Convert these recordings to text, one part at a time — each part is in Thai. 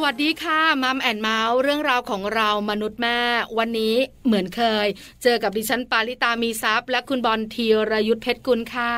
สวัสดีค่ะมัมแอนเมาส์เรื่องราวของเรามนุษย์แม่ วันนี้เหมือนเคย เจอกับดิฉันปาริตามีซัพย์และคุณบอลธีรยุทธเพชรกุลค่ะ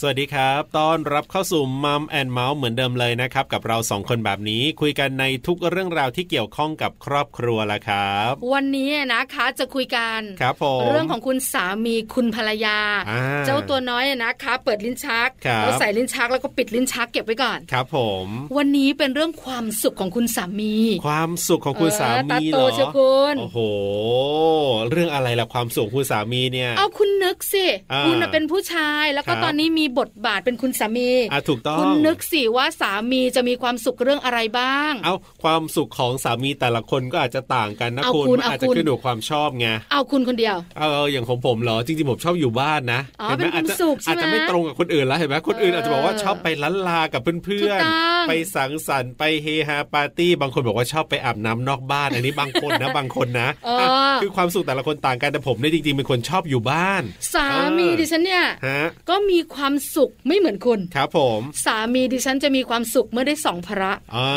สวัสดีครับ ต้อนรับเข้าสู่มัมแอนเมาส์เหมือนเดิมเลยนะครับ กับเราสองคนแบบนี้คุยกันในทุกเรื่องราวที่เกี่ยวข้องกับครอบครัวละครับ วันนี้นะคะจะคุยกัน ครับผม เรื่องของคุณสามีคุณภรรยา อ่า เจ้าตัวน้อยนะคะ เปิดลิ้นชัก ครับ แล้วใส่ลิ้นชักแล้วก็ปิดลิ้นชักเก็บไว้ก่อน ครับผม วันนี้เป็นเรื่องความสุขของคุณสามี ความสุขของคุณ เออ สา ตา มี โต เหรอ เชียวคุณ โอ้โห เรื่องอะไรล่ะความสุขของคุณสามีเนี่ย เอาคุณนึกสิ อ่า คุณน่ะเป็นผู้ชายแล้วก็ ครับ ตอนนี้มีบทบาทเป็นคุณสามี อ่ะถูกต้อง คุณนึกสิว่าสามีจะมีความสุขเรื่องอะไรบ้าง เอาความสุขของสามีแต่ละคนก็อาจจะต่างกันนะ เอา คุณ คุณ มันอาจ เอา จะ คุณ ขึ้นอยู่กับความชอบไง เอาคุณคนเดียว เอออย่างของผมเหรอจริงๆผมชอบอยู่บ้านนะ อ๋อ ห็นไหม เป็นความ อาจจะ สุขใช่ อาจ ไหม จะไม่ตรงกับคนอื่นแล้วเห็นไหมคนอื่นอาจจะบอกว่าชอบไปล้านลากับเพื่อน ถูกต้อง ไปสังสรรค์ไปเฮฮาปาร์ตี้บางคนบอกว่าชอบไปอาบน้ำนอกบ้านอันนี้บางคน นะ บางคนนะ เอ อ่ะ อ คือความสุขแต่ละคนต่างกันแต่ผมเนี่ยจริงๆเป็นคนชอบอยู่บ้าน สามี เออ ดิฉันเนี่ย ฮะ ก็มีความสุขไม่เหมือนคุณ ครับผม สามีดิฉันจะมีความสุขเมื่อได้สองพระ อ่า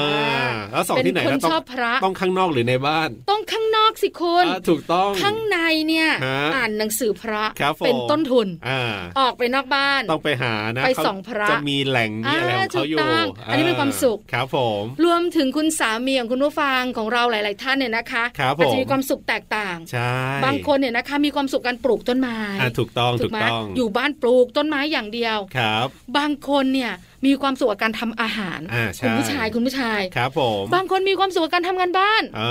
แล้วสอง เป็น ที่ไหน คน แล้วต้อ ช ง อบพระ ต้องข้างนอกหรือในบ้าน ต้องข้างนอกสิคุณ อ่ะถูกต้อง ข้างในเนี่ย ฮะ อ่านหนังสือพระ ครับผม เป็นต้นทุน อ่า ออกไปนอกบ้าน ต้องไปหานะ ไป เขา ส่องพระ จะมีแหล่งมีอะไรของเขาอยู่ อ่าถูกต้องอันนี้เป็นความสุข ครับผม รวมถึงคุณสามีของคุณผู้ฟังของเราหลาย ๆ ท่านเนี่ยนะคะ ครับผม อาจจะมีความสุขแตกต่าง ใช่ บางคนเนี่ยนะคะมีความสุขการปลูกต้นไม้ อ่ะถูกต้องถูก ไหม ต้อง อยู่บ้านปลูกต้นไม้อย่างเดียว ครับ บางคนเนี่ยมีความสุขกับการทำอาหาร อ่าใช่ คุณผู้ชายคุณผู้ชาย ครับผม บางคนมีความสุขกับการทำงานบ้าน อ่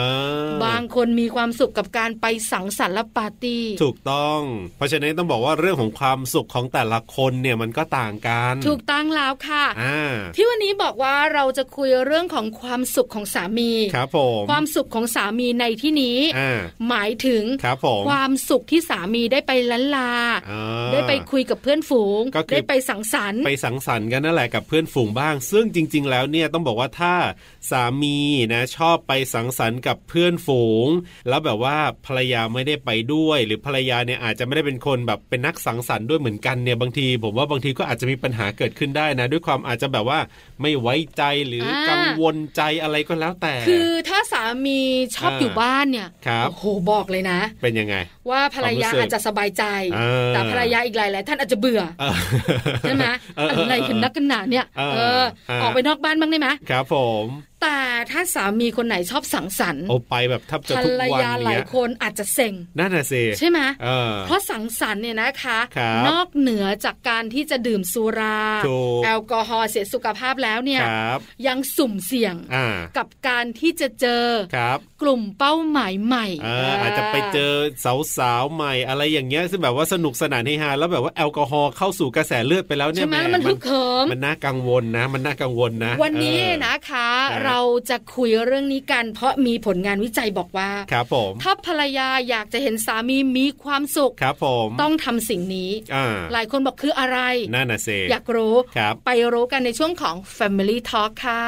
บางคนมีความสุขกับการไปสังสรรค์และปาร์ตี้ ถูกต้อง เพราะฉะนั้นต้องบอกว่าเรื่องของความสุขของแต่ละคนเนี่ยมันก็ต่างกัน ถูกต้องแล้วค่ะ อ่า ที่วันนี้บอกว่าเราจะคุยเรื่องของความสุขของสามี ครับผม ความสุขของสามีในที่นี้ อ่า หมายถึง ครับผม ความสุขที่สามีได้ไปล้านลา อ่า ได้ไปคุยกับเพื่อนฝูง ก็คือ ได้ไปสังสรรค์ ไปสังสรรค์กันนั่นแหละกับเพื่อนฝูงบ้าง ซึ่งจริง ๆ แล้วเนี่ยต้องบอกว่าถ้าสามีนะชอบไปสังสรรค์กับเพื่อนฝูง แล้วแบบว่าภรรยาไม่ได้ไปด้วย หรือภรรยาเนี่ยอาจจะไม่ได้เป็นคนแบบเป็นนักสังสรรค์ด้วยเหมือนกันเนี่ยบางที ผมว่าบางทีก็อาจจะมีปัญหาเกิดขึ้นได้นะ ด้วยความอาจจะแบบว่าไม่ไว้ใจหรืออา กังวลใจอะไรก็แล้วแต่ คือถ้าสามีชอบ อ่า อยู่บ้านเนี่ย ครับ โอ้โหบอกเลยนะ เป็นยังไง ว่าภรรยา ความรู้สึก อาจจะสบายใจ อ่า แต่ภรรยาอีกหลายหลายๆท่านอาจจะเบื่อ เออ ใช่ไหม เออเออ อะไรกันนักกันหนาเนี่ย เออ เออ เออ ออกไปนอกบ้านบ้างได้ไหม ครับผม แต่ถ้าสามีคนไหนชอบสังสรรค์ โอไปแบบแทับจะ ภร ทุก ร วัน ยาหลา เนี่ย ย คนอาจจะเซ็ง นั่นน่ะสิ ใช่ไหม เออ เพราะสังสรรค์เนี่ยนะคะ ครับ นอกเหนือจากการที่จะดื่มสุรา ถูก แอลกอฮอล์เสียสุขภาพแล้วเนี่ย ครับ ยังสุ่มเสี่ยง อ่า กับการที่จะเจอ ครับ กลุ่มเป้าหมายใหม่ เอออาจจะไปเจอสาวๆใหม่อะไรอย่างเงี้ยซึ่งแบบว่าสนุกสนานเฮฮาแล้วแบบว่าแอลกอฮอล์เข้าสู่กระแสเลือดไปแล้วเนี่ ใช่ ย ไหม แห แล้วมันฮึกเหิม มันน่ากังวลนะ มันน่ากังวลนะ วันนี้ เออ นะคะ ครับ เราจะคุยเรื่องนี้กัน เพราะมีผลงานวิจัยบอกว่า ครับผม ถ้าภรรยาอยากจะเห็นสามีมีความสุข ครับผม ต้องทำสิ่งนี้ อ่า หลายคนบอกคืออะไร นั่นน่ะเซ อยากรู้ ครับ ไปรู้กันในช่วงของ Family Talk ค่ะ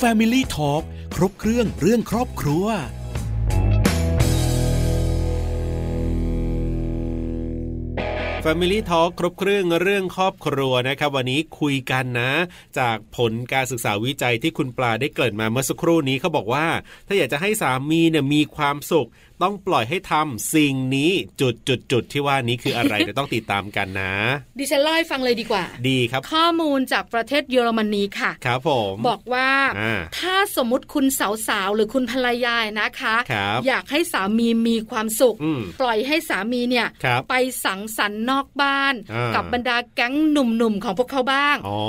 Family Talk ครบเครื่องเรื่องครอบครัว Family Talk ครบเครื่องเรื่องครอบครัวนะครับ วันนี้คุยกันนะ จากผลการศึกษาวิจัยที่คุณปลาได้เกริ่นมาเมื่อสักครู่นี้เขาบอกว่า ถ้าอยากจะให้สามีเนี่ยมีความสุข ต้องปล่อยให้ทำสิ่งนี้จุดจุดจุดๆๆที่ว่านี้คืออะไร เดี๋ยวต้องติดตามกันนะ ดิฉันเล่าให้ฟังเลยดีกว่า ดีครับ ข้อมูลจากประเทศเยอรมนีค่ะ ครับผม บอกว่า อ่า ถ้าสมมติคุณสาวๆหรือคุณภรรยานะคะ ครับ อยากให้สามีมีความสุข อืม ปล่อยให้สามีเนี่ย ครับ ไปสังสรรค์นอกบ้าน อ่ากั กับบรรดาแก๊งหนุ่มๆของพวกเขาบ้าง อ๋อ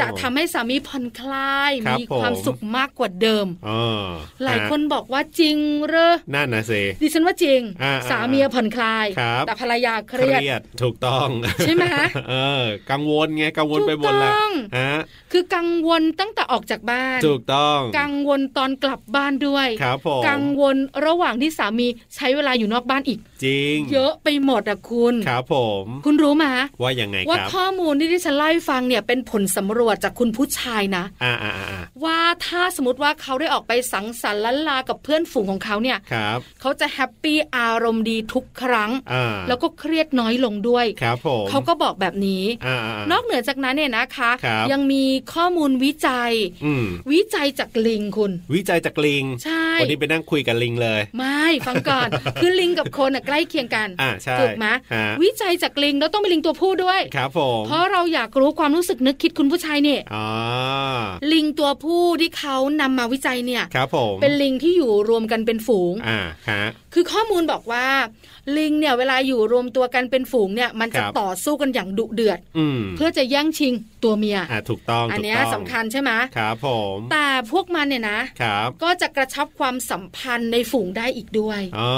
จะทำให้สามีผ่อนคลาย ครับ มีความ ผม สุขมากกว่าเดิม เออ หลายคน ฮะ บอกว่าจริงเหรอ นั่นนะเซ ดิฉันว่าจริง อ่า สามีผ่อนคลาย ครับ แต่ภรรยาเครียด ถูกต้อง ใช่ไหม เออ กังวลไงกังวลไปหมดแหละ ถูกต้อง ฮะ คือกังวลตั้งแต่ออกจากบ้าน ถูกต้อง กังวลตอนกลับบ้านด้วย ครับผม กังวลระหว่างที่สามีใช้เวลาอยู่นอกบ้านอีก จริง เยอะไปหมดอะคุณ ครับผม คุณรู้ไหม ว่ายังไง ว่า ครับ ข้อมูลที่ที่ฉันเล่าให้ฟังเนี่ยเป็นผลสำรวจจากคุณผู้ชายนะ อ่าอ่าอ่าอ่า ว่าถ้าสมมติว่าเขาได้ออกไปสังสรรค์ล้านลากับเพื่อนฝูงของเขาเนี่ย ครับ เขา จะแฮปปี้อารมณ์ดีทุกครั้ง อ่า แล้วก็เครียดน้อยลงด้วย ครับผม เขาก็บอกแบบนี้ อ่าๆ นอกเหนือจากนั้นเนี่ยนะคะ ครับ ยังมีข้อมูลวิจัย อืม วิจัยจากลิงคุณ วิจัยจากลิง ใช่ วันนี้ไปนั่งคุยกับลิงเลย ไม่ฟังก่อน คือลิงกับคนน่ะใกล้เคียงกัน อ่าใช่ ถูกไหม ฮะ วิจัยจากลิงแล้วต้องเป็นลิงตัวผู้ด้วย ครับผม เพราะเราอยากรู้ความรู้สึกนึกคิดคุณผู้ชายเนี่ย อ๋อ ลิงตัวผู้ที่เขานำมาวิจัยเนี่ย ครับผม เป็นลิงที่อยู่รวมกันเป็นฝูง อ่าฮะ คือข้อมูลบอกว่า ลิงเนี่ยเวลาอยู่รวมตัวกันเป็นฝูงเนี่ยมันจะ ครับ ต่อสู้กันอย่างดุเดือด อืม เพื่อจะแย่งชิงตัวเมีย อ่าถูกต้อง อัน ถูก เนี้ย ต้อง สำคัญใช่ไหม ครับผม แต่พวกมันเนี่ยนะ ครับ ก็จะกระชับความสัมพันธ์ในฝูงได้อีกด้วย อ๋อ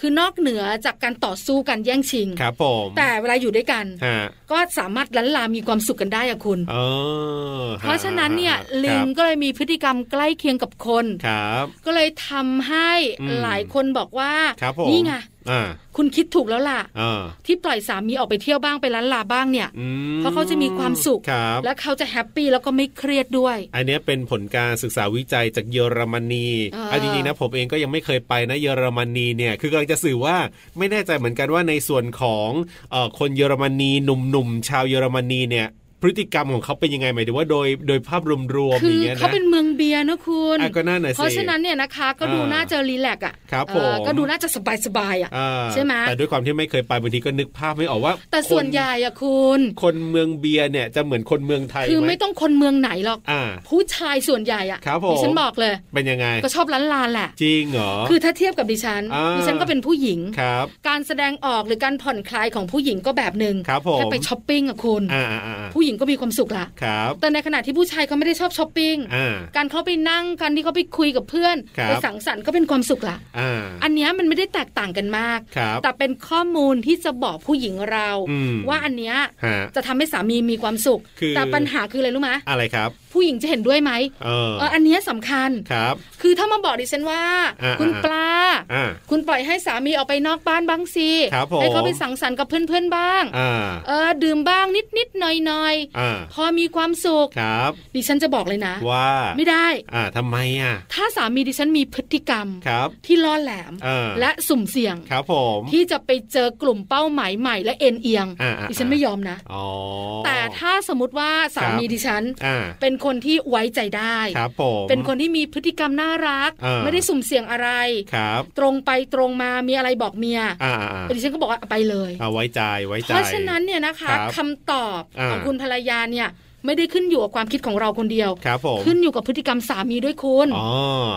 คือนอกเหนือจากการต่อสู้กันแย่งชิง ครับผม แต่เวลาอยู่ด้วยกัน ฮะ ก็สามารถลันลามีความสุขกันได้อะคุณ เออ เพราะฉะนั้นเนี่ย ฮะฮะ ลิง ครับ ก็เลยมีพฤติกรรมใกล้เคียงกับคน ครับ ก็เลยทำให้ อืม หลายคนบอกว่า ครับผม นี่ไง อ่า คุณคิดถูกแล้วล่ะ อ่า ที่ปล่อยสามีออกไปเที่ยวบ้างไปล้านลาบ้างเนี่ย อืม เพราะเขาจะมีความสุข ครับ แล้วเขาจะแฮปปี้แล้วก็ไม่เครียดด้วย อันเนี้ยเป็นผลการศึกษาวิจัยจากเยอรมนี เออ เอาจริงๆนะผมเองก็ยังไม่เคยไปนะเยอรมนีเนี่ยคือกำลังจะสื่อว่าไม่แน่ใจเหมือนกันว่าในส่วนของเออคนเยอรมนีหนุ่มๆชาวเยอรมนีเนี่ยพฤติกรรมของเขาเป็นยังไงหมายถึงว่าโดยโดยภาพรวมๆ คื อย่า อง เงี้ย เขา นะ เป็นเมืองเบียร์นะคุณ อ่ะก็น่าหน่อยสิ เพราะฉะนั้นเนี่ยนะคะ ก็ดู อ่า น่าจะรีแลกซ์อ่ะ ครับ เอ่อ ผม ก็ดูน่าจะสบายสบายๆอ่ะ อ่า ใช่ไหม แต่ด้วยความที่ไม่เคยไปบางทีก็นึกภาพไม่ออกว่า แต่ส่วนใหญ่อ่ะคุณ คนคนเมืองเบียร์เนี่ยจะเหมือนคนเมืองไทย คือ ห ไม่ต้องคนเมืองไหนหรอก อ่า ผู้ชายส่วนใหญ่อ่ะ ครับผม ดิฉันบอกเลย เป็นยังไง ก็ชอบล้านลานแหละ จริงเหรอ คือถ้าเทียบกับดิฉัน อ่า ดิฉันก็เป็นผู้หญิง ครับ การแสดงออกหรือการผ่อนคลายของผู้หญิงก็แบบหนึ่ง ครับผม แค่ไปช้อปปิ้งอะคุณ อ่าอ่าอ่า ผู้หญิงก็มีความสุขละ ครับ แต่ในขณะที่ผู้ชายเขาไม่ได้ชอบช้อปปิ้ง อ่า การเขาไปนั่งการที่เขาไปคุยกับเพื่อน ครับ ไปสังสรรค์ก็เป็นความสุขละ อ่า อันเนี้ยมันไม่ได้แตกต่างกันมาก ครับ แต่เป็นข้อมูลที่จะบอกผู้หญิงเรา อืม ว่าอันเนี้ย ฮะ จะทำให้สามีมีความสุข คือ แต่ปัญหาคืออะไรรู้ไหม อะไรครับ ผู้หญิงจะเห็นด้วยไหม เออ เอออันเนี้ยสำคัญ ครับ คือถ้ามาบอกดิฉันว่า อ่า คุณ อ่า ปลา อ่า คุณปล่อยให้สามีออกไปนอกบ้านบ้างสิ ครับผม ให้เขาไปสังสรรค์กับเพื่อนๆบ้าง อ่า เออดื่มบ้างนิดนิดๆหน่อยหน่อยๆ อ่า พอมีความสุข ครับ ดิฉันจะบอกเลยนะ ว่า ไม่ได้ อ่าทำไมอ่ะ ถ้าสามีดิฉันมีพฤติกรรม ครับ ที่ล่อแหลม เออ และสุ่มเสี่ยง ครับผม ที่จะไปเจอกลุ่มเป้าหมายใหม่และเอ็นเอียง อ่าๆๆ ดิฉันไม่ยอมนะ อ๋อ แต่ถ้าสมมติว่าสามี ครับ ดิฉัน อ่า เป็นคนที่ไว้ใจได้ ครับผม เป็นคนที่มีพฤติกรรมน่ารัก เออ ไม่ได้สุ่มเสี่ยงอะไร ครับ ตรงไปตรงมามีอะไรบอกเมีย อ่าอ่าอ่า ดิฉันก็บอกว่าไปเลย เอาไว้ใจไว้ใจ เพราะฉะนั้นเนี่ยนะคะ ครับ คำตอบ อ่า ของคุณภรรยาเนี่ยไม่ได้ขึ้นอยู่กับความคิดของเราคนเดียว ครับผม ขึ้นอยู่กับพฤติกรรมสามีด้วยคุณ อ๋อ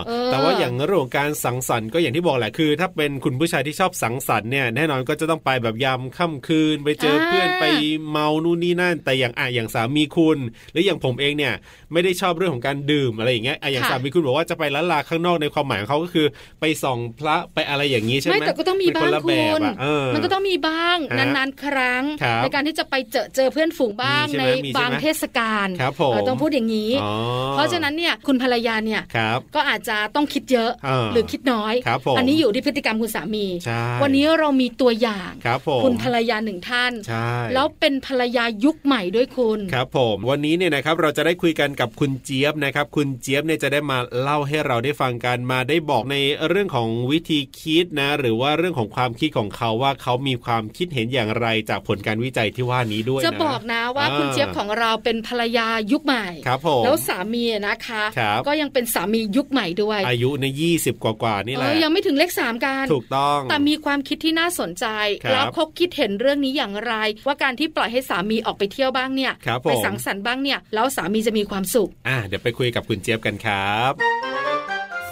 เออ แต่ว่าอย่างเรื่องของการสังสรรค์ก็อย่างที่บอกแหละคือ ถ้าเป็นคุณผู้ชายที่ชอบสังสรรค์เนี่ยแน่นอนก็จะต้องไปแบบยามค่ำคืน ไปเจอเพื่อนไปเมานู่นนี่นั่น แต่อย่างอ่ะอย่างสามีคุณหรืออย่างผมเองเนี่ย ไม่ได้ชอบเรื่องของการดื่มอะไรอย่างเงี้ยอ่ะอย่าง ค่ะ สามีคุณบอกว่าจะไปละลาข้างนอกในความหมายของเขาก็คือ ไปส่องพระไปอะไรอย่างนี้ใช่ไหม ไม่แต่ก็ต้องมี เป็น บ้าง นละ คุ แบบ ณ อะเออ มันก็ต้องมีบ้าง ฮะ นานๆครั้ง ครับ ในการที่จะไปเจอเจอเพื่อนฝูงบ้าง มีใช่ ใน ไหมมีใช่ไหม บางเทศกาล ครับผม เออต้องพูดอย่างนี้ อ๋อ เพราะฉะนั้นเนี่ยคุณภรรยาเนี่ย ครับ ก็อาจจะต้องคิดเยอะ เออ หรือคิดน้อย ครับผม อันนี้อยู่ที่พฤติกรรมคุณสามี ใช่ วันนี้เรามีตัวอย่าง ครับผม คุณภรรยาหนึ่งท่าน ใช่ แล้วเป็นภรรยายุคใหม่ด้วยคุณ ครับผมวันนี้เนี่ยนะครับเราจะได้คุยกันกับคุณเจี๊ยบนะครับ คุณเจี๊ยบเนี่ยจะได้มาเล่าให้เราได้ฟังกันมาได้บอกในเรื่องของวิธีคิดนะ หรือว่าเรื่องของความคิดของเขาว่าเขามีความคิดเห็นอย่างไรจากผลการวิจัยที่ว่านี้ด้วย จะ นะ บอกนะว่า อ่า คุณเจี๊ยบของเราเป็นภรรยายุคใหม่ ครับผม แล้วสามีอะนะคะ ครับ ก็ยังเป็นสามียุคใหม่ด้วย อายุในยี่สิบกว่าๆนี่แห เอ ละ อยังไม่ถึงเลขสามการ ถูกต้อง แต่มีความคิดที่น่าสนใจ ครับ แล้วเขาคิดเห็นเรื่องนี้อย่างไร ว่าการที่ปล่อยให้สามีออกไปเที่ยวบ้างเนี่ย ครับผม ไปสังสรรค์บ้างเนี่ย แล้วสามีจะมีความสุข อ่ะเดี๋ยวไปคุยกับคุณเจี๊ยบกันครับ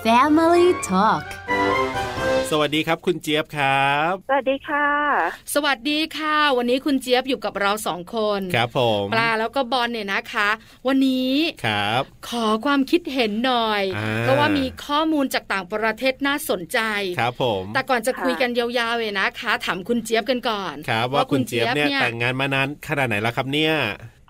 Family Talk สวัสดีครับคุณเจี๊ยบครับ สวัสดีค่ะ สวัสดีค่ะ วันนี้คุณเจี๊ยบอยู่กับเราสองคน ครับผม ปลาแล้วก็บอลเนี่ยนะคะ วันนี้ ครับ ขอความคิดเห็นหน่อย อ่า เพราะว่ามีข้อมูลจากต่างประเทศน่าสนใจ ครับผม แต่ก่อนจะ ค่ะ คุยกันยาวๆเลยนะคะ ถามคุณเจี๊ยบกันก่อน ครับว่าคุณเจี๊ยบเนี่ยแต่ง เ งานมานานขนาดไหนแล้วครับเนี่ย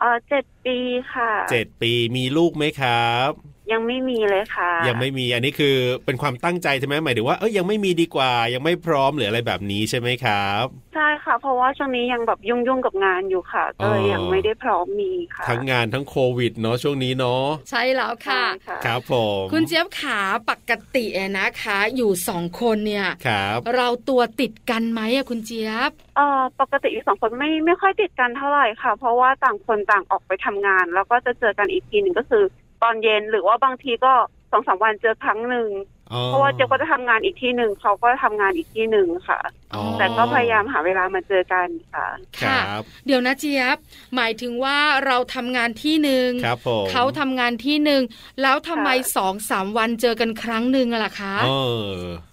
เออเจ็ดปีค่ะ เจ็ดปีมีลูกไหมครับ ยังไม่มีเลยค่ะ ยังไม่มีอันนี้คือเป็นความตั้งใจใช่ไหมหมายถึงว่าเอ้ยยังไม่มีดีกว่า ยังไม่พร้อมหรืออะไรแบบนี้ใช่ไหมครับ ใช่ค่ะ เพราะว่าช่วงนี้ยังแบบยุ่งยุ่งๆกับงานอยู่ค่ะก็เลย อ๋อ ยังไม่ได้พร้อมมีค่ะ ทั้งงานทั้งโควิดเนาะช่วงนี้เนาะ ใช่แล้วค่ะ ใช่ ครับผม คุณเจี๊ยบขาปกติอะนะคะ อยู่สองคนเนี่ย ครับ เราตัวติดกันไหมอะคุณเจี๊ยบ เอ่อปกติอยู่สองคนไม่ไม่ค่อยติดกันเท่าไหร่ค่ะ เพราะว่าต่างคนต่างออกไปทำงาน แล้วก็จะเจอกันอีกทีหนึ่งก็คือ ตอนเย็นหรือว่าบางทีก็สองสามวันเจอครั้งหนึ่ง อ๋อ เพราะว่าเจ๊ยบก็จะทำงานอีกที่หนึ่งเขาก็ทำงานอีกที่หนึ่งค่ะ อ๋อ แต่ก็พยายามหาเวลามาเจอกันค่ะ ครับ เดี๋ยวนะเจี๊ยบ หมายถึงว่าเราทำงานที่หนึ่ง ครับผม เขาทำงานที่หนึ่งแล้วทำไม ค่ะ สองสามวันเจอกันครั้งหนึ่งอะล่ะคะ เออ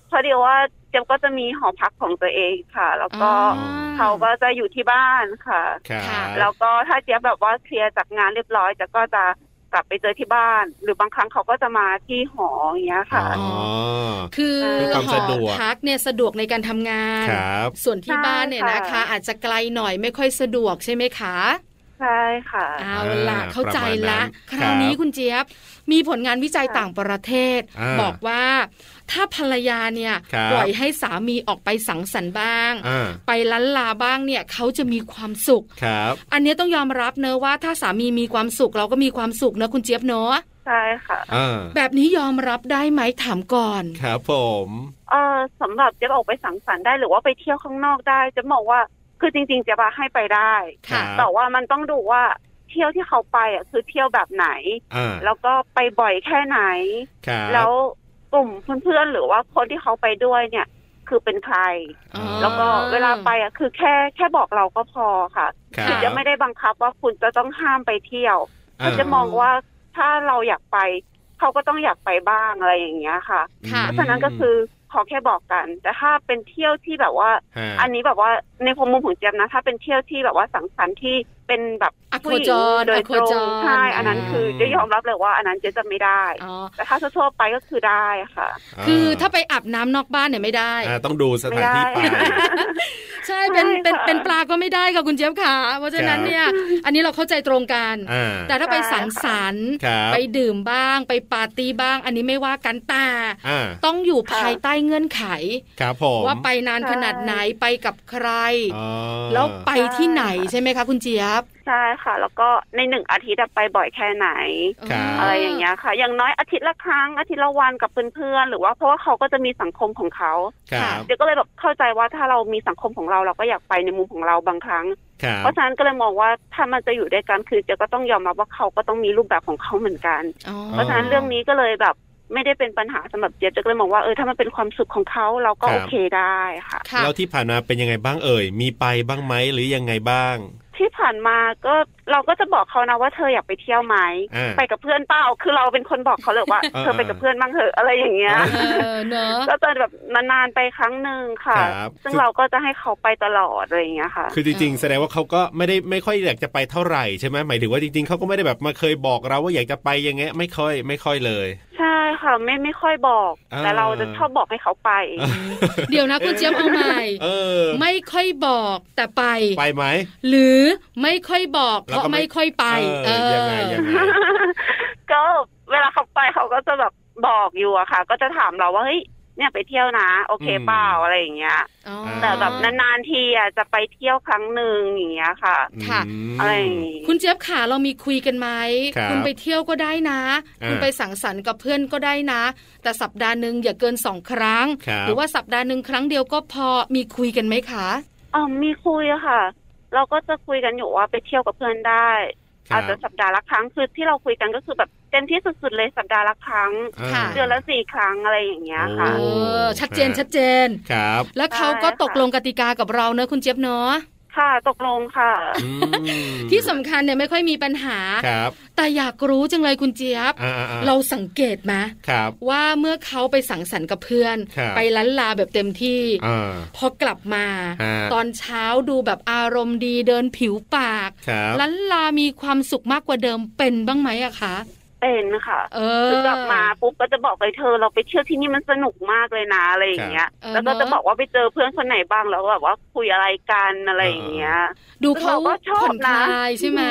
พอดีว่าเจ๊ยบก็จะมีหอพักของตัวเองค่ะ แล้วก็ อ๋อ เขาก็จะอยู่ที่บ้านค่ะ ครับ ค่ะ แล้วก็ถ้าเจ๊ยบแบบว่าเคลียร์จากงานเรียบร้อยเจะก็จะกลับไปเจอที่บ้าน หรือบางครั้งเขาก็จะมาที่หออย่างเงี้ยค่ะ อ๋อ คือ เพื่อความ ห สะดวก อพักเนี่ยสะดวกในการทำงาน ครับ ส่วนที่บ้านเนี่ยนะ ใช่ คะ ค่ะ อาจจะไกลหน่อยไม่ค่อยสะดวกใช่ไหมคะ ใช่ค่ะ เอาล่ะ อ่า เข้าใจละ ป ค ระมาณนั้น ราวนี้คุณเจี๊ยบ มีผลงานวิจัย ค่ะ ต่างประเทศ อ่า บอกว่า ถ้าภรรยาเนี่ย ครับ ปล่อยให้สามีออกไปสังสรรค์บ้าง อ่า ไปล้านลาบ้างเนี่ยเขาจะมีความสุข ครับ อันเนี้ยต้องยอมรับเนอะว่าถ้าสามีมีความสุขเราก็มีความสุขเนอะคุณเจี๊ยบเนอะ ใช่ค่ะ อ่า แบบนี้ยอมรับได้ไหมถามก่อน ครับผม เออสำหรับเจ๊ยบออกไปสังสรรค์ได้หรือว่าไปเที่ยวข้างนอกได้เจะบอกว่าคือจริงๆเจ๊ยบอะให้ไปได้ ค ค่ะ รับ แต่ว่ามันต้องดูว่าเที่ยวที่เขาไปอ่ะคือเที่ยวแบบไหน อ่า แล้วก็ไปบ่อยแค่ไหน ครับ แล้วกลุ่มเพื่อนๆหรือว่าคนที่เขาไปด้วยเนี่ย คือเป็นใคร อ่า แล้วก็เวลาไปอ่ะคือแค่แค่บอกเราก็พอค่ะ ครับ คือจะไม่ได้บังคับว่าคุณจะต้องห้ามไปเที่ยว อ่า มันจะมองว่าถ้าเราอยากไป เขาก็ต้องอยากไปบ้างอะไรอย่างเงี้ยค่ะ ค่ะ เพราะฉะนั้นก็คือขอแค่บอกกัน แต่ถ้าเป็นเที่ยวที่แบบว่า ฮะ อันนี้แบบว่าในความมุมของเจี๊ยบนะ ถ้าเป็นเที่ยวที่แบบว่าสังสรรค์ที่เป็นแบบ อโคจร ผู้หญิงโดยตร อโค ง จร ใช่อันนั้นคือจะยอมรับเลยว่าอันนั้นเจ๊จะไม่ได้ อ๋อ แต่ถ้าทั่วๆไปก็คือได้ค่ะ คือถ้าไปอาบน้ำนอกบ้านเนี่ยไม่ได้ อ่าต้องดูสถานที่ไป ไม่ได้ ใช่เป็น ใช่ เป็น ค่ะ เป็นปลาก็ไม่ได้ค่ะคุณเจี๊ยบค่ะเพราะฉะนั้น ครับ เนี่ย อันนี้เราเข้าใจตรงกัน อ่า แต่ถ้าไปสังสรรค์ ครับ ไปดื่มบ้าง ไปปาร์ตี้บ้าง อันนี้ไม่ว่ากันแต่ อ่า ต้องอยู่ ค่ะ ภายใต้เงื่อนไข ครับผม ว่าไปนานขนาดไหนไปกับใคร อ๋อ แล้วไปที่ไหนใช่ไหมคะคุณเจี๊ยบ ใช่ค่ะ แล้วก็ในหนึ่งอาทิตย์อะไปบ่อยแค่ไหน า อะไรอย่างเงี้ยค่ะ อย่างน้อยอาทิตย์ละครั้งอาทิตย์ละวันกับเพื่อนๆหรือว่าเพราะว่าเขาก็จะมีสังคมของเขา ครับ เดี๋ยวก็เลยแบบเข้าใจว่าถ้าเรามีสังคมของเราเราก็อยากไปในมุมของเราบางครั้ง ครับ เพราะฉะนั้นก็เลยมองว่าถ้ามันจะอยู่ด้วยกันคือเจะก็ต้องยอมรับว่าเขาก็ต้องมีรูปแบบของเขาเหมือนกัน อ๋อ เพราะฉะนั้นเรื่องนี้ก็เลยแบบไม่ได้เป็นปัญหาสำหรับเจี๊ยบเจะก็เลยมองว่าเออถ้ามันเป็นความสุขของเขาเราก็โอเคได้ค่ะ ค่ะ แล้วที่ผ่านมาเป็นยังไงบ้างเอ่ย มีไปบ้างไหมหรือยังไงบ้าง ที่ผ่านมาก็เราก็จะบอกเขานะว่าเธออยากไปเที่ยวไหม อ่า ไปกับเพื่อนเปล่าคือเราเป็นคนบอกเขาเลยว่า เออ เธอไปกับเพื่อนบ้างเถอะอะไรอย่างเงี้ย เออเนอะ ก็จะแบบนานๆไปครั้งหนึ่งค่ะ ครับ ซึ่งเราก็จะให้เขาไปตลอดอะไรอย่างเงี้ยค่ะ คือจริง ๆ แสดงว่าเขาก็ไม่ได้ไม่ค่อยอยากจะไปเท่าไหร่ใช่ไหมหมายถึงว่าจริง ๆเขาก็ไม่ได้แบบมาเคยบอกเราว่าอยากจะไปยังไงไม่ค่อยไม่ค่อยเลย ใช่ค่ะไม่ไม่ค่อยบอก อ่า แต่เราจะชอบบอกให้เขาไป เดี๋ยวนะคุณเจี๊ยบเอาใหม่ เออ ไม่ค่อยบอกแต่ไป ไปไหม หรือไม่ค่อยบอกเพราะ แล้วก็ไม่ ไม่ค่อยไป เออยังไงยังไง ก็เวลาเขาไปเขาก็จะแบบบอกอยู่อะค่ะ ก็จะถามเราว่าเฮ้ยเนี่ยไปเที่ยวนะ โอเค อืม เปล่าอะไรอย่างเงี้ย อ๋อ แต่แบบนานๆทีอะจะไปเที่ยวครั้งหนึ่งอย่างเงี้ยค่ะ ค่ะ อืม อะไรอย่างงี้ คุณเจี๊ยบขาเรามีคุยกันไหม ครับ ณไปเที่ยวก็ได้นะ อ่า คุณไปสังสรรค์กับเพื่อนก็ได้นะ แต่สัปดาห์หนึ่งอย่าเกินสองครั้ง ครับ หรือว่าสัปดาห์หนึ่งครั้งเดียวก็พอมีคุยกันไหมคะ เออมีคุยอะค่ะ เราก็จะคุยกันอยู่ว่าไปเที่ยวกับเพื่อนได้ ครั อา บ จจะสัปดาห์ละครั้งคือที่เราคุยกันก็คือแบบเต็มที่สุดๆเลยสัปดาห์ละครั้ง ค่ะ า เดือนละสี่ครั้งอะไรอย่างเงี้ยค่ะเอโอ้อชัดเจน ฮะ ชัดเจน ครับ แล้วเขาก็ตกลงกติกากับเราเนอะคุณเจี๊ยบเนาะ ค่ะตกลงค่ะ อืม ที่สำคัญเนี่ยไม่ค่อยมีปัญหา ครับ แต่อยากรู้จังเลยคุณเจี๊ยบ อ่าๆๆ เราสังเกตไหม ครับ ว่าเมื่อเขาไปสังสรรค์กับเพื่อน ครับ ไปล้านลาแบบเต็มที่ อ่า พอกลับมา ฮะ ตอนเช้าดูแบบอารมณ์ดีเดินผิวปาก ครับ ลันลามีความสุขมากกว่าเดิมเป็นบ้างไหมอะคะ เป็นค่ะ เออ คือกลับมาปุ๊บก็จะบอกเลยเธอ เราไปเที่ยวที่นี่มันสนุกมากเลยนะอะไรอย่างเงี้ย ครับ แล้วก็ เออเนอะ จะบอกว่าไปเจอเพื่อนคนไหนบ้างแล้วแบบว่าคุยอะไรกันอะไรอย่างเงี้ย ดูเขา เราก็ชอผ่บนะอนคลายใช่ไหม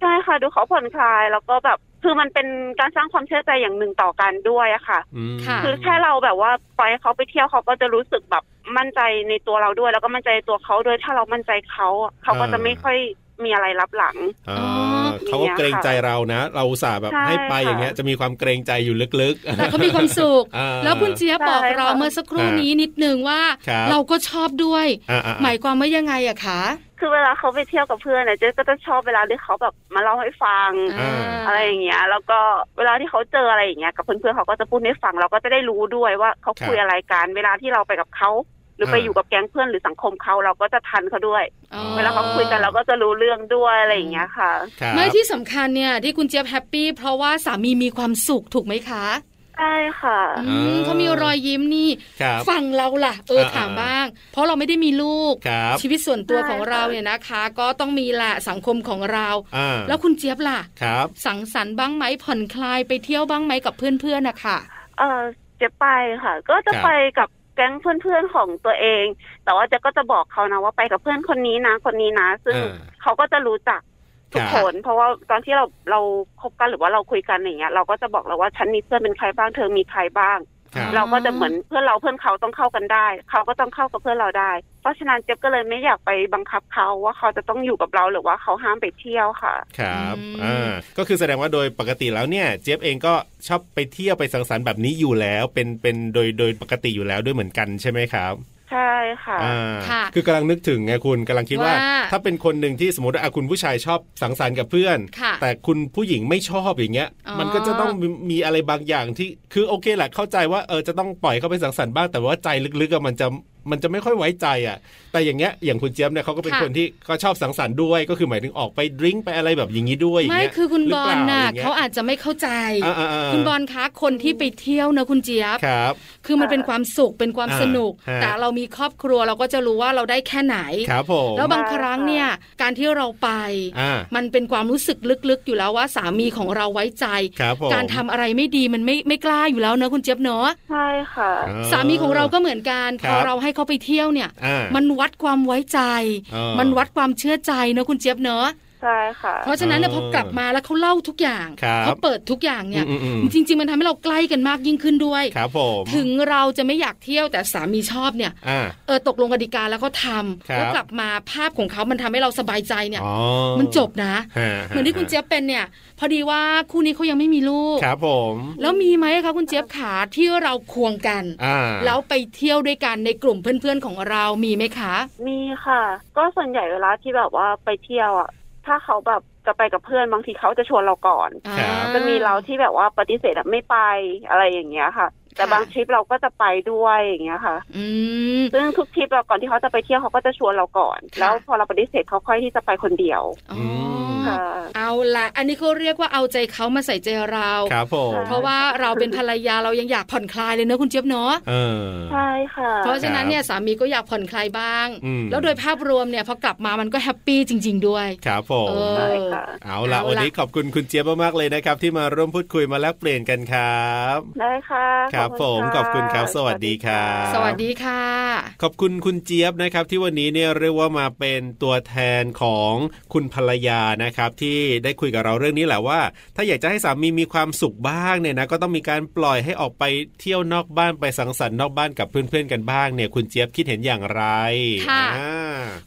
ใช่ค่ะ ดูเขาผ่อนคลายแล้วก็แบบ คือมันเป็นการสร้างความเชื่อใจอย่างหนึ่งต่อกันด้วยอะค่ะ อืม ค่ะ คือแค่เราแบบว่าปล่อยให้เขาไปเที่ยวเขาก็จะรู้สึกแบบมั่นใจในตัวเราด้วย แล้วก็มั่นใจในตัวเขาด้วยถ้าเรามั่นใจเขาอะเขาก็จะไม่ค่อยมีอะไรรับหลัง อ่า อ๋อ เขาก็เกรงใจเรานะ เราอุตส่าห์แบบ ใช่ ให้ไปอย่างเงี้ย ค่ะ จะมีความเกรงใจอยู่ลึกๆ แต่เขามีความสุข อ่า แล้วคุณเจี๊ยบบอก ใช่ค่ะ เราเมื่อสักครู่นี้นิดนึงว่า ครับ เราก็ชอบด้วย อ่าอ่า หมายความว่ายังไงอะคะ คือเวลาเขาไปเที่ยวกับเพื่อนเนี่ยเจ๊ก็จะชอบเวลาที่เขาแบบมาเล่าให้ฟัง า อะไรอย่างเงี้ย แล้วก็เวลาที่เขาเจออะไรอย่างเงี้ยกับเพื่อนๆเขาก็จะพูดให้ฟังเราก็จะได้รู้ด้วยว่าเขาคุยอะไรกันเวลาที่เราไปกับเขาหรือไปอยู่กับแก๊งเพื่อนหรือสังคมเขาเราก็จะทันเขาด้วย อ๋อ เวลาเขาคุยกันเราก็จะรู้เรื่องด้วยอะไรอย่างเงี้ยค่ะ ครับ ไม่ที่สำคัญเนี่ยที่คุณเจี๊ยบแฮปปี้เพราะว่าสามีมีความสุขถูกไหมคะ ใช่ค่ะ อืม อ่า เขามีรอยยิ้มนี่ ครับ ฝั่งเราล่ะ เออ เออ ถาม เออ บ้าง เพราะเราไม่ได้มีลูก ครับ ชีวิตส่วนตัว ใช่ ของเรา ค่ะ เนี่ยนะคะ ก็ต้องมีแหละสังคมของเรา อ่า แล้วคุณเจี๊ยบล่ะ ครับ สังสรรค์บ้างไหมผ่อนคลายไปเที่ยวบ้างไหมกับเพื่อนๆนะคะ เออเจะไปค่ะ ก็จะ ครับ ไปกับแก๊งเพื่อนๆของตัวเอง แต่ว่าเจะก็จะบอกเขานะว่าไปกับเพื่อนคนนี้นะ คนนี้นะ ซึ่ง อ่า เขาก็จะรู้จักทุก ครับ คน เพราะว่าตอนที่เราเราคบกันหรือว่าเราคุยกันอย่างเงี้ย เราก็จะบอกแล้วว่าฉันมีเพื่อนเป็นใครบ้างเธอมีใครบ้าง ครับ เราก็จะเหมือนเพื่อนเราเพื่อนเขาต้องเข้ากันได้ เขาก็ต้องเข้ากับเพื่อนเราได้ เพราะฉะนั้นเจ๊ยบก็เลยไม่อยากไปบังคับเขาว่าเขาจะต้องอยู่กับเราหรือว่าเขาห้ามไปเที่ยวค่ะ ครับ อืม อ่าก็คือแสดงว่าโดยปกติแล้วเนี่ย เจี๊ยบเองก็ชอบไปเที่ยวไปสังสรรค์แบบนี้อยู่แล้ว เป็นเป็นโดยโดยปกติอยู่แล้วด้วยเหมือนกันใช่ไหมครับ ใช่ค่ะ อ่า ค่ะ คือกำลังนึกถึงไงคุณกำลังคิดว่า ว่า ถ้าเป็นคนหนึ่งที่สมมติว่าอ่ะคุณผู้ชายชอบสังสรรค์กับเพื่อน ค่ะ แต่คุณผู้หญิงไม่ชอบอย่างเงี้ย อ๋อ มันก็จะต้องมีมีอะไรบางอย่างที่คือโอเคแหละเข้าใจว่าเออจะต้องปล่อยเขาไปสังสรรค์บ้างแต่ว่าใจลึกๆอะมันจะมันจะไม่ค่อยไว้ใจอ่ะ แต่อย่างเงี้ยอย่างคุณเจี๊ยบเนี่ยเขาก็เป็นคนที่ก็ชอบสังสรรค์ด้วยก็คือหมายถึงออกไปดริ้งไปอะไรแบบอย่างนี้ด้วยย่าง ไม่ เงี้ย คือคุณบหรือ เป ล ล่ น่ะ ย่งงี้ย เขาอาจจะไม่เข้าใจ อ่าๆๆ คุณบอลคะคนที่ไปเที่ยวนะคุณเจี๊ยบ ครับ คือมันเป็นความสุขเป็นความ อ่า สนุก ฮะ แต่เรามีครอบครัวเราก็จะรู้ว่าเราได้แค่ไหน ครับผม แล้วบางครั้งเนี่ยการที่เราไป อ่า มันเป็นความรู้สึกลึกๆ อยู่แล้วว่าสามีของเราไว้ใจ ครับผม การทำอะไรไม่ดีมันไม่ไม่กล้าอยู่แล้วเนอะคุณเจี๊ยบเนอะ ใช่ค่ะ อ่ สามีของเราก็เหมือนกัน ค พ รั อบ เราให้เขาไปเที่ยวเนี่ย อ่า มันวัดความไว้ใจ เออ มันวัดความเชื่อใจเนอะคุณเจี๊ยบเนอะ ใช่ค่ะ เพราะฉะนั้นเนี่ย เอ พ อ อกลับมาแล้วเขาเล่าทุกอย่าง ครับ เขาเปิดทุกอย่างเนี่ย อืมอืมอืม จริง ๆ มันทำให้เราใกล้กันมากยิ่งขึ้นด้วย ครับผม ถึงเราจะไม่อยากเที่ยวแต่สามีชอบเนี่ย อ่า เออตกลงกติกาแล้วก็ทำ ครับ แล้วกลับมาภาพของเขามันทำให้เราสบายใจเนี่ย อ๋อ มันจบนะ ฮะ เหมือนที่คุณเจี๊ยบเป็นเนี่ย พอดีว่าคู่นี้เขายังไม่มีลูก ครับผม แล้วมีไหมคะคุณเจี๊ยบขาที่เราควงกัน อ่า แล้วไปเที่ยวด้วยกันในกลุ่มเพื่อนๆของเรามีไหมคะ มีค่ะ ก็ส่วนใหญ่เวลาที่แบบว่าไปเที่ยวอ่ะ ถ้าเขาแบบจะไปกับเพื่อนบางทีเขาจะชวนเราก่อน อ่า จะมีเราที่แบบว่าปฏิเสธแบบไม่ไปอะไรอย่างเงี้ยค่ะ แต่ ค่ะ บางทริปเราก็จะไปด้วยอย่างเงี้ยค่ะ อืม ซึ่งทุกทริปเราก่อนที่เขาจะไปเที่ยวเขาก็จะชวนเราก่อน ค่ะ แล้วพอเราปฏิเสธเขาค่อยที่จะไปคนเดียว อ๋ออ ค่ะ เอาละอันนี้เขาเรียกว่าเอาใจเขามาใส่ใจเรา ครับผม เพราะว่าเราเป็นภรรยาเรายังอยากผ่อนคลายเลยเนอะคุณเจี๊ยบเนาะ เออ ใช่ค่ะ เพราะฉะนั้น ครับ เนี่ยสามีก็อยากผ่อนคลายบ้าง อืม แล้วโดยภาพรวมเนี่ยพอกลับมามันก็แฮปปี้จริง ๆ ด้วย ครับผม เออ ใช่ค่ะ เอาละ เอาล่ะ วันนี้ขอบคุณคุณเจี๊ยบมากๆเลยนะครับ ที่มาร่วมพูดคุยมาแลกเปลี่ยนกันครับ ได้ค่ะ ครับผมขอบคุณครับสวัสดีครับ สวัสดีค่ะ ขอบคุณคุณเจี๊ยบนะครับ ที่วันนี้เนี่ยเรียกว่ามาเป็นตัวแทนของคุณภรรยานะครับ ที่ได้คุยกับเราเรื่องนี้แหละว่า ถ้าอยากจะให้สามีมีความสุขบ้างเนี่ยนะก็ต้องมีการปล่อยให้ออกไปเที่ยวนอกบ้านไปสังสรรค์นอกบ้านกับเพื่อนๆกันบ้างเนี่ยคุณเจี๊ยบคิดเห็นอย่างไร ค่ะ อ่า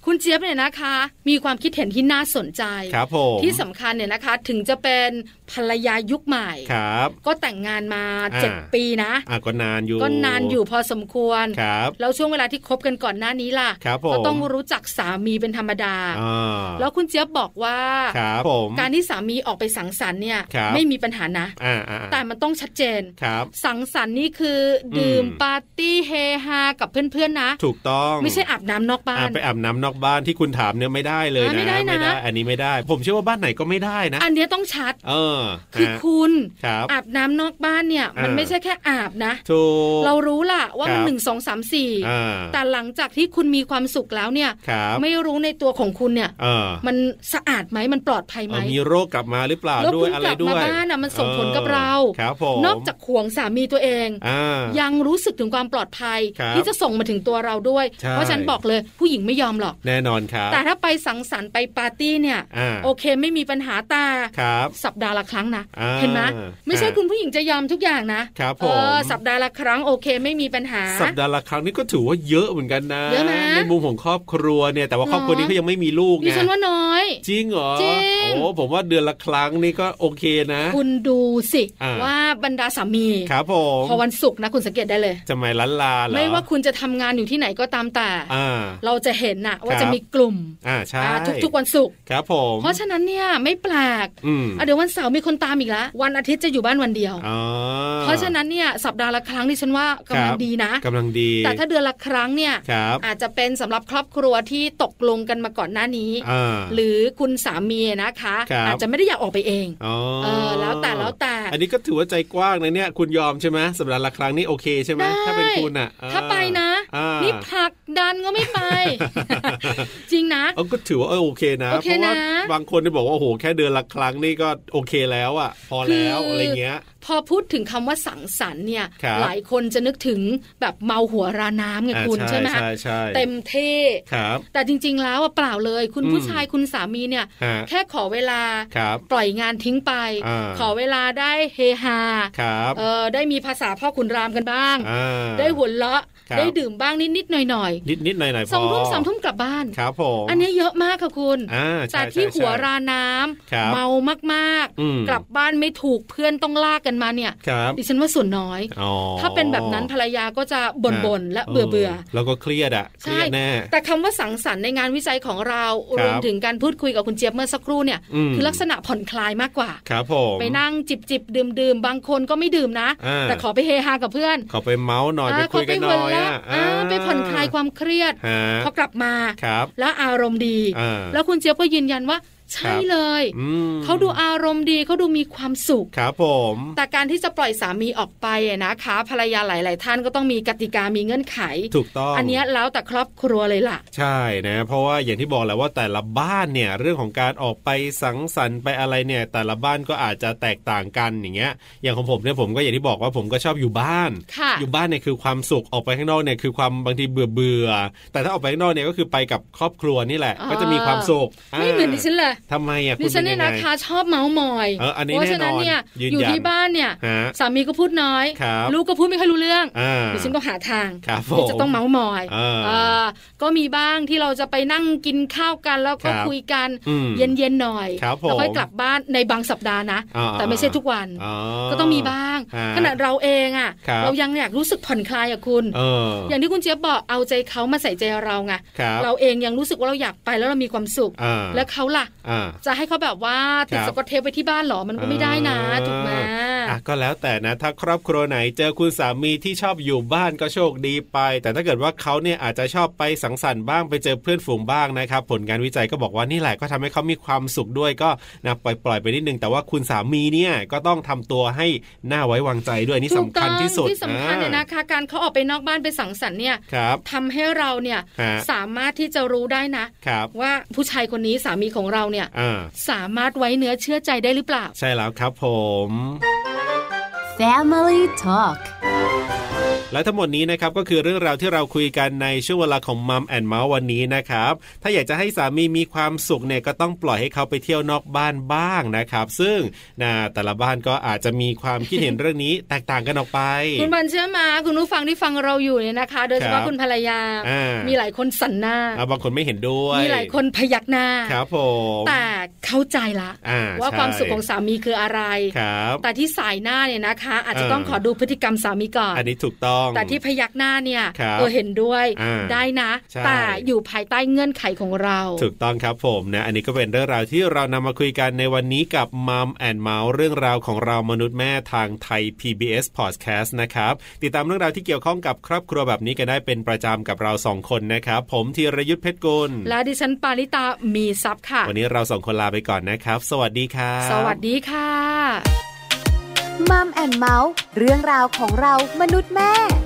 คุณเจี๊ยบเนี่ยนะคะ มีความคิดเห็นที่น่าสนใจ ครับผม ที่สำคัญเนี่ยนะคะ ถึงจะเป็นภรรยายุคใหม่ ครับ ก็แต่งงานมา อ่า เจ็ดปีนะ อ่ะก็นานอยู่ ก็นานอยู่พอสมควร ครับ แล้วช่วงเวลาที่คบกันก่อนหน้านี้ล่ะ ครับผม ก็ต้องรู้จักสามีเป็นธรรมดา อ่า แล้วคุณเจี๊ยบบอกว่า ครับผม การที่สามีออกไปสังสรรค์เนี่ย ครับ ไม่มีปัญหานะ อ่าอ่า แต่มันต้องชัดเจน ครับ สังสรรค์นี่คือดื่ม อืม ปาร์ตี้เฮฮากับเพื่อนๆนะ ถูกต้อง ไม่ใช่อาบน้ำนอกบ้า อ่าน ไปอาบน้ำนอกบ้านที่คุณถามเนี่ยไม่ได้เลย อ่า นะ ไม่ได้นะ อันนี้ไม่ได้ ผมเชื่อว่าบ้านไหนก็ไม่ได้นะ อันเนี้ยต้องชัด เออ คือ ฮะ คุณ ครับ อาบน้ำนอกบ้านเนี่ย มัน อ่า ไม่ใช่แค่อาบ นะ ถูก เรารู้ล่ะว่ามัน ครับ หนึ่งสองสามสี่ อ่า แต่หลังจากที่คุณมีความสุขแล้วเนี่ย ครับ ไม่รู้ในตัวของคุณเนี่ย เออ มันสะอาดไหมมันปลอดภัยไหม เออมีโรคกลับมาหรือเปล่า แล้ว ด้ว คุ ย ณ อะ ก ไร ลับ ด้ มา วย บ้านน่ะมันส่งผลกับเรา ครับผม นอกจากห่วงสามีตัวเอง อ่า ยังรู้สึกถึงความปลอดภัย ครับ ที่จะส่งมาถึงตัวเราด้วย ใช่ เพราะฉันบอกเลยผู้หญิงไม่ยอมหรอก แน่นอนครับ แต่ถ้าไปสังสรรค์ไปปาร์ตี้เนี่ย อ่า โอเคไม่มีปัญหาแต่ ครับ สัปดาห์ละครั้งนะ อ่า เห็นไหมไม่ใช่ ฮะ คุณผู้หญิงจะยอมทุกอย่างนะครับ ผม เออสัปดาห์ละครั้งโอเคไม่มีปัญหา สัปดาห์ละครั้งนี่ก็ถือว่าเยอะเหมือนกันนะ เยอะนะ ในมุมของครอบครัวเนี่ยแต่ว่า หรอ ครอบครัวนี้เขายังไม่มีลูก ดิ ไง ฉันว่าน้อย จริงเหรอ จริง โอ้ผมว่าเดือนละครั้งนี่ก็โอเคนะ คุณดูสิ อ่า ว่าบรรดาสามี ครับผม พอวันศุกร์นะคุณสังเกตได้เลย จะไม่ล้านลาเหรอ ไม่ว่าคุณจะทำงานอยู่ที่ไหนก็ตามแต่ อ่า เราจะเห็นนะว่า ครับ จะมีกลุ่ม อ่าใช่ อ่าทุกๆวันศุกร์ ครับผม เพราะฉะนั้นเนี่ยไม่แปลก อืม อ่ะเดี๋ยววันเสาร์มีคนตามอีกแล้ววันอาทิตย์จะอยู่บ้านวันเดียว อ๋อ เพราะฉะนั้นเนี่ยสัปดาห์ละครั้งที่ฉันว่ากำลังดีนะ กำลังดี แต่ถ้าเดือนละครั้งเนี่ย ครับ อาจจะเป็นสำหรับครอบครัวที่ตกลงกันมาก่อนหน้านี้ อ่า หรือคุณสามีนะคะ ครับ อาจจะไม่ได้อยากออกไปเอง อ๋อ เออแล้วแต่แล้วแต่ อันนี้ก็ถือว่าใจกว้างนะเนี่ย คุณยอมใช่ไหมสัปดาห์ละครั้งนี่โอเคใช่ไหม ได้ ถ้าเป็นคุณอ่ะอ่ ถ้าไปนะ อ่า นี่ผลักดันก็ไม่ ไป จริงนะ เอาก็ถือว่าเออโอเคนะ โอเค ราะว่า นะ บางคนที่บอกว่าโอ้โหแค่เดือนละครั้งนี่ก็โอเคแล้วอะพอแล้วอะไรเงี้ย พอพูดถึงคำว่าสังสรรค์เนี่ย ครับ หลายคนจะนึกถึงแบบเมาหัวราน้ำไง อ่า คุณใช่ไหม ใช่ใช่ เต็มเท่ ครับ แต่จริง ๆ แล้วอะเปล่าเลย คุณ อืม ผู้ชายคุณสามีเนี่ย ฮะ แค่ขอเวลา ครับ ปล่อยงานทิ้งไป อ่า ขอเวลาได้เฮฮา ครับ เออได้มีภาษาพ่อขุนรามกันบ้าง อ่า ได้หัวเราะ ครับ ได้ดื่มบ้างนิดนิดๆหน่อยหน่อย นิดนิดๆหน่อยหน่อย ๆสองทุ่มสามทุ่มกลับบ้าน ครับผม อันเนี้ยเยอะมากค่ะคุณ อ่าใช่ แต่ที่ ใช่ หัว ใช่ ราน้ำ ครับ เมามาก อืม ๆ กลับบ้านไม่ถูกเพื่อนต้องลากกันมาเนี่ย ครับ ดิฉันว่าส่วนน้อย อ๋อ ถ้าเป็นแบบนั้นภรรยาก็จะบ่นๆและเบื่อเบื่อ แล้วก็เครียดอะเค ใช่ รียดแน่ แต่คำว่าสังสรรค์ในงานวิจัยของเรา ครับ รวมถึงการพูดคุยกับคุณเจี๊ยบเมื่อสักครู่เนี่ย อืม คือลักษณะผ่อนคลายมากกว่า ครับผม ไปนั่งจิบจิบดื่มดื่มๆบางคนก็ไม่ดื่มนะ อ่า แต่ขอไปเฮฮากับเพื่อน ขอไปเมาส์หน่อย อ่า ไปคุยกันหน่อยอะ เขาไปหัวเราะอ่าไปผ่อนคลายความเครียด ฮะ พอกลับมา ครับ แล้วอารมณ์ดี อ่า แล้วคุณเจี๊ยบก็ยืนยันว่า ใช่ ครับ เลย อืม เขาดูอารมณ์ดีเขาดูมีความสุข ครับผม แต่การที่จะปล่อยสามีออกไปอะนะคะภรรยาหลาย ๆ ท่านก็ต้องมีกติกามีเงื่อนไข ถูกต้อง อันเนี้ยแล้วแต่ครอบครัวเลยล่ะ ใช่นะเพราะว่าอย่างที่บอกแหล้วว่าแต่ละบ้านเนี่ยเรื่องของการออกไปสังสรรค์ไปอะไรเนี่ย แต่ละบ้านก็อาจจะแตกต่างกันอย่างเงี้ย อย่างของผมเนี่ยผมก็อย่างที่บอกว่าผมก็ชอบอยู่บ้าน ค่ะ อยู่บ้านเนี่ยคือความสุขออกไปข้างนอกเนี่ยคือความบางทีเบื่อเบื่อๆแต่ถ้าออกไปข้างนอกเนี่ยก็คือไปกับครอบครัวนี่แหละ อ่า ก็จะมีความสุข ไม่เหมือนดิฉันเลย ทำไมอ่ะคุ ดิ ณ ฉั เป็น น เนี่ยยังไง นะคะชอบเมาส์มอย เอออันนี้ ราะฉะนั้นเนี่ย แน่นอน อยู่ ยืนยัน ที่บ้านเนี่ย ฮะ สามีก็พูดน้อย ครับ ลูกก็พูดไม่ค่อยรู้เรื่อง อ่า ดิฉันก็หาทาง ครับผม ที่จะต้องเมาส์มอย อ่า เออก็มีบ้างที่เราจะไปนั่งกินข้าวกันแล้วก็ ครับ คุยกัน อืม เย็นๆหน่อย ครับผม แล้วค่อยกลับบ้านในบางสัปดาห์นะ อ่า แต่ไม่ใช่ทุกวัน อ๋อ ก็ต้องมีบ้าง ฮะ ขนาดเราเองอะ่ะ ครับ เรายังอยากรู้สึกผ่อนคลายอะคุณ เออ อย่างที่คุณเจี๊ยบบอกเอาใจเขามาใส่ใจเราไง ครับ เราเองยังรู้สึกว่าเราอยากไปแล้วเรามีความสุข อ่า แล้วเขาล่ะ อ่า จะให้เขาแบบว่าติด ครับ สกอตเทปไว้ที่บ้านเหรอมันก็ไม่ได้นะ อ่า ถูกไหม อ่ะก็แล้วแต่นะ ถ้าครอบครัวไหนเจอคุณสามีที่ชอบอยู่บ้านก็โชคดีไป แต่ถ้าเกิดว่าเขาเนี่ยอาจจะชอบไปสังสรรค์บ้างไปเจอเพื่อนฝูงบ้างนะครับ ผลการวิจัยก็บอกว่านี่แหละก็ทำให้เขามีความสุขด้วยก็นะปล่อยปล่อยไปนิดนึง แต่ว่าคุณสามีเนี่ยก็ต้องทำตัวให้น่าไว้วางใจด้วยนี่สำคัญที่สุด ที่สำคัญเนี่ยนะคะการเขาออกไปนอกบ้านไปสังสรรค์เนี่ย ครับ ทำให้เราเนี่ย ฮะ สามารถที่จะรู้ได้นะ ครับ ว่าผู้ชายคนนี้สามีของเราเนี่ย อ่า สามารถไว้เนื้อเชื่อใจได้หรือเปล่า ใช่แล้วครับผม Family Talk และทั้งหมดนี้นะครับก็คือเรื่องราวที่เราคุยกันในช่วงเวลาของมัมแอนเมาส์วันนี้นะครับ ถ้าอยากจะให้สามีมีความสุขเนี่ยก็ต้องปล่อยให้เขาไปเที่ยวนอกบ้านบ้างนะครับ ซึ่งนะแต่ละบ้านก็อาจจะมีความคิดเห็น เรื่องนี้ แตกต่างกันออกไป คุณบันเชื่อมาคุณผู้ฟังที่ฟังเราอยู่เนี่ยนะคะ โดยเฉ ครั พาะ บ คุณภรรยา อ่ามี มีหลายคนสันหน้า อ่ะบางคนไม่เห็นด้วย มีหลายคนพยักหน้า ครับผม แต่เข้าใจละ อ่ ว่า ใช่ ความสุขของสามีคืออะไร ครับ แต่ที่สายหน้าเนี่ยนะคะ อาจจะ เออ ต้องขอดูพฤติกรรมสามีก่อน อันนี้ถูกต้อง แต่ที่พยักหน้าเนี่ย ครับ เออเห็นด้วย อ่า ได้นะ ใช่ แต่อยู่ภายใต้เงื่อนไขของเรา ถูกต้องครับผมนะ อันนี้ก็เป็นเรื่องราวที่เรานำมาคุยกันในวันนี้กับมัมแอนเมาส์เรื่องราวของเรามนุษย์แม่ทางไทย PBS Podcast นะครับ ติดตามเรื่องราวที่เกี่ยวข้องกับครอบครัวแบบนี้กันได้เป็นประจำกับเราสองคนนะครับ ผมธีรยุทธเพชรกุล และดิฉันปาริตามีซับค่ะ วันนี้เราสองคนลาไปก่อนนะครับ สวัสดีครับ สวัสดีค่ะ มัมแอนเมาส์เรื่องราวของเรามนุษย์แม่